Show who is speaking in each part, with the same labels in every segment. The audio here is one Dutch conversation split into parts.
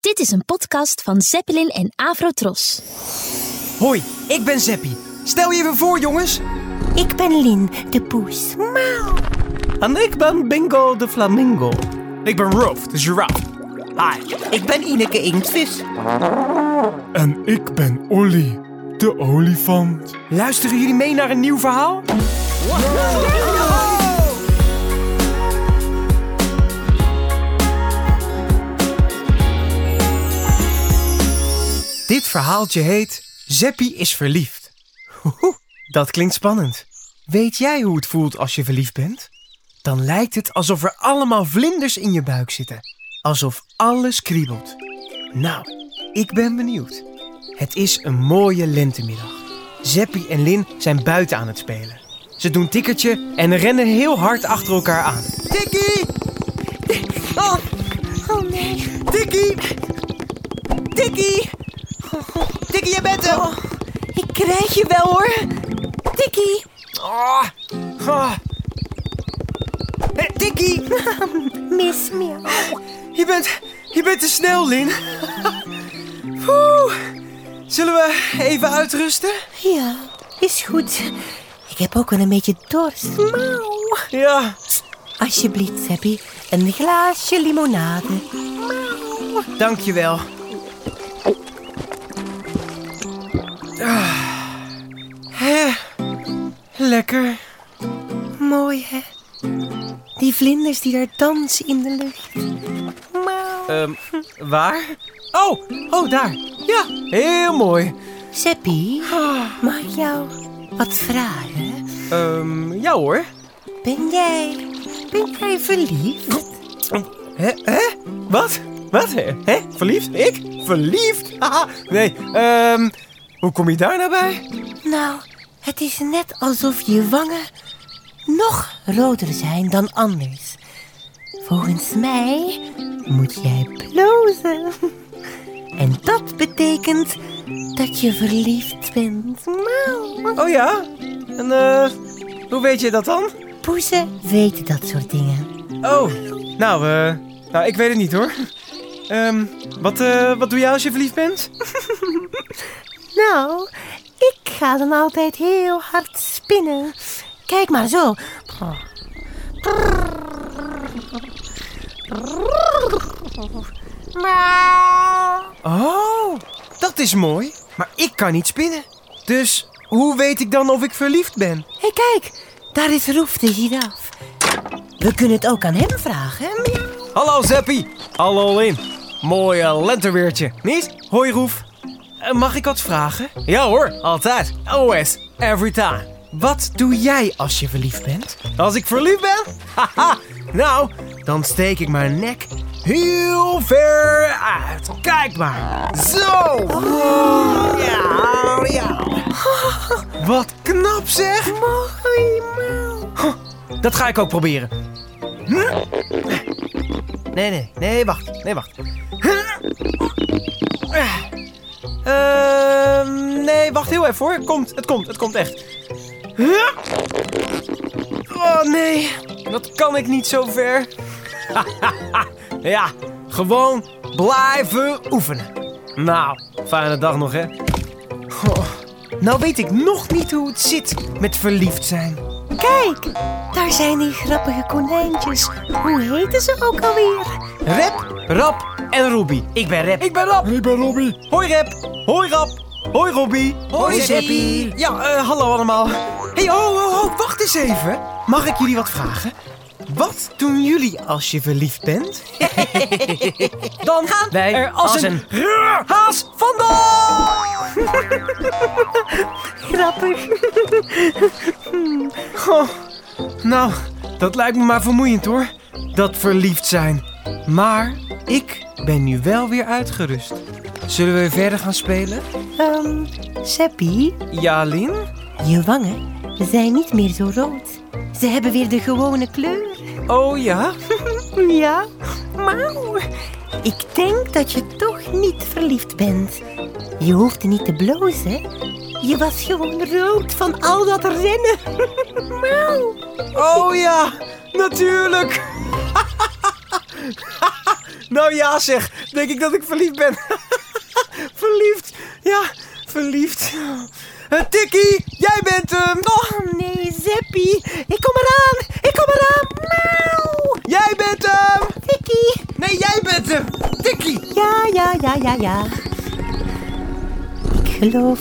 Speaker 1: Dit is een podcast van Zeppelin en Avrotros.
Speaker 2: Hoi, ik ben Zeppie. Stel je even voor, jongens.
Speaker 3: Ik ben Lin, de poes.
Speaker 4: En ik ben Bingo de Flamingo.
Speaker 5: Ik ben Roof, de giraffe.
Speaker 4: Hi, ik ben Ineke Inktvis.
Speaker 6: En ik ben Olly, de olifant.
Speaker 2: Luisteren jullie mee naar een nieuw verhaal? Dit verhaaltje heet Zeppie is verliefd. Hoehoe, dat klinkt spannend. Weet jij hoe het voelt als je verliefd bent? Dan lijkt het alsof er allemaal vlinders in je buik zitten. Alsof alles kriebelt. Nou, ik ben benieuwd. Het is een mooie lentemiddag. Zeppie en Lin zijn buiten aan het spelen. Ze doen tikkertje en rennen heel hard achter elkaar aan. Tikkie! Oh,
Speaker 3: Oh nee.
Speaker 2: tikkie! Tikkie! Tikkie, je bent hem!
Speaker 3: Ik krijg je wel hoor. Tikkie.
Speaker 2: Ah, ah. Eh, Tikkie,
Speaker 3: Mis me.
Speaker 2: je bent, je bent te snel, Lin. Oeh. Zullen we even uitrusten?
Speaker 3: Ja, is goed. Ik heb ook wel een beetje dorst. Mauw.
Speaker 2: Ja.
Speaker 3: Alsjeblieft, Seppi. Een glaasje limonade.
Speaker 2: Dankjewel. Ah. Hè. Lekker.
Speaker 3: Mooi, hè? Die vlinders die daar dansen in de lucht. Mauw.
Speaker 2: Ehm, waar? Oh, oh, daar. Ja, heel mooi.
Speaker 3: Seppi,
Speaker 2: Ah.
Speaker 3: mag ik jou wat vragen?
Speaker 2: Ehm, ja hoor.
Speaker 3: Ben jij... Ben jij verliefd?
Speaker 2: Hè? Hè? Wat? Wat? Hè? Verliefd? Ik? Verliefd? Haha. Nee, ehm... Hoe kom je daar nou bij?
Speaker 3: Nou, het is net alsof je wangen nog roder zijn dan anders. Volgens mij moet jij blozen. En dat betekent dat je verliefd bent. Nou, Mauw.
Speaker 2: Oh ja? En eh... Hoe weet je dat dan?
Speaker 3: Poezen weten dat soort dingen.
Speaker 2: Oh, nou, eh... nou, ik weet het niet hoor. Ehm, wat, eh, wat doe jij als je verliefd bent?
Speaker 3: Nou, ik ga dan altijd heel hard spinnen. Kijk maar zo.
Speaker 2: Oh, dat is mooi. Maar ik kan niet spinnen. Dus hoe weet ik dan of ik verliefd ben?
Speaker 3: Hé, hey, kijk, daar is Roef de giraf. We kunnen het ook aan hem vragen.
Speaker 2: Hallo Zeppie. Hallo Lin. Mooie lenteweertje, niet? Hoi Roef. Eh, Mag ik wat vragen? Ja hoor, altijd. Always. Every time. Wat doe jij als je verliefd bent? Als ik verliefd ben? Haha. Nou, dan steek ik mijn nek heel ver uit. Kijk maar. Zo. Ja, ja. Wat knap zeg. Mooi, Dat ga ik ook proberen. Nee, nee, nee, wacht. Nee, wacht. Ehm, nee, wacht heel even hoor. Het komt, het komt, het komt echt. Oh nee, dat kan ik niet zo ver. ja, gewoon blijven oefenen. Nou, fijne dag nog hè. Oh, nou weet ik nog niet hoe het zit met verliefd zijn.
Speaker 3: Kijk, daar zijn die grappige konijntjes. Hoe heten ze ook alweer?
Speaker 2: Rep, Rap en Ruby. Ik ben Rep. Ik ben Rap.
Speaker 6: En ik ben Robby.
Speaker 2: Hoi Rep, hoi Rap, hoi Robby, hoi Zeppie. Ja, eh, hallo allemaal. hey, ho, ho, ho, wacht eens even. Mag ik jullie wat vragen? Wat doen jullie als je verliefd bent? Dan gaan wij er als, een, haas vandoor!
Speaker 3: Grappig.
Speaker 2: Goh, nou, dat lijkt me maar vermoeiend hoor. Dat verliefd zijn. Maar ik ben nu wel weer uitgerust. Zullen we verder gaan spelen?
Speaker 3: Ehm, Seppi,
Speaker 2: Ja, Lin?
Speaker 3: je wangen zijn niet meer zo rood. Ze hebben weer de gewone kleur.
Speaker 2: Oh ja?
Speaker 3: Ja, mauw. Ik denk dat je toch niet verliefd bent. Je hoefde niet te blozen. Je was gewoon rood van al dat rennen. Mauw.
Speaker 2: Oh ja, natuurlijk. nou ja zeg, denk ik dat ik verliefd ben. verliefd. Ja, verliefd. Eh, Tikkie, jij bent hem.
Speaker 3: Oh nee, Zeppie. Ik kom eraan. Ik kom eraan. Mauw.
Speaker 2: Jij bent hem.
Speaker 3: Tikkie.
Speaker 2: Nee, jij bent hem. Tikkie.
Speaker 3: Ja, ja, ja, ja, ja. Ik geloof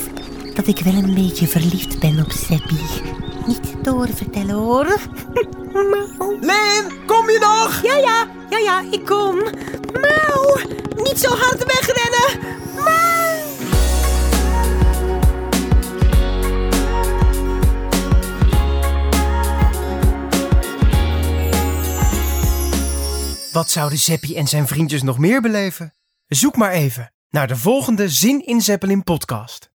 Speaker 3: dat ik wel een beetje verliefd ben op Zeppie. Niet doorvertellen hoor. Mauw.
Speaker 2: Lin, kom je nog?
Speaker 3: Ja, ja, ja, ja, ik kom. Mauw. Niet zo hard wegrennen. Mauw.
Speaker 2: Wat zouden Zeppie en zijn vriendjes nog meer beleven? Zoek maar even naar de volgende Zin in Zeppelin podcast.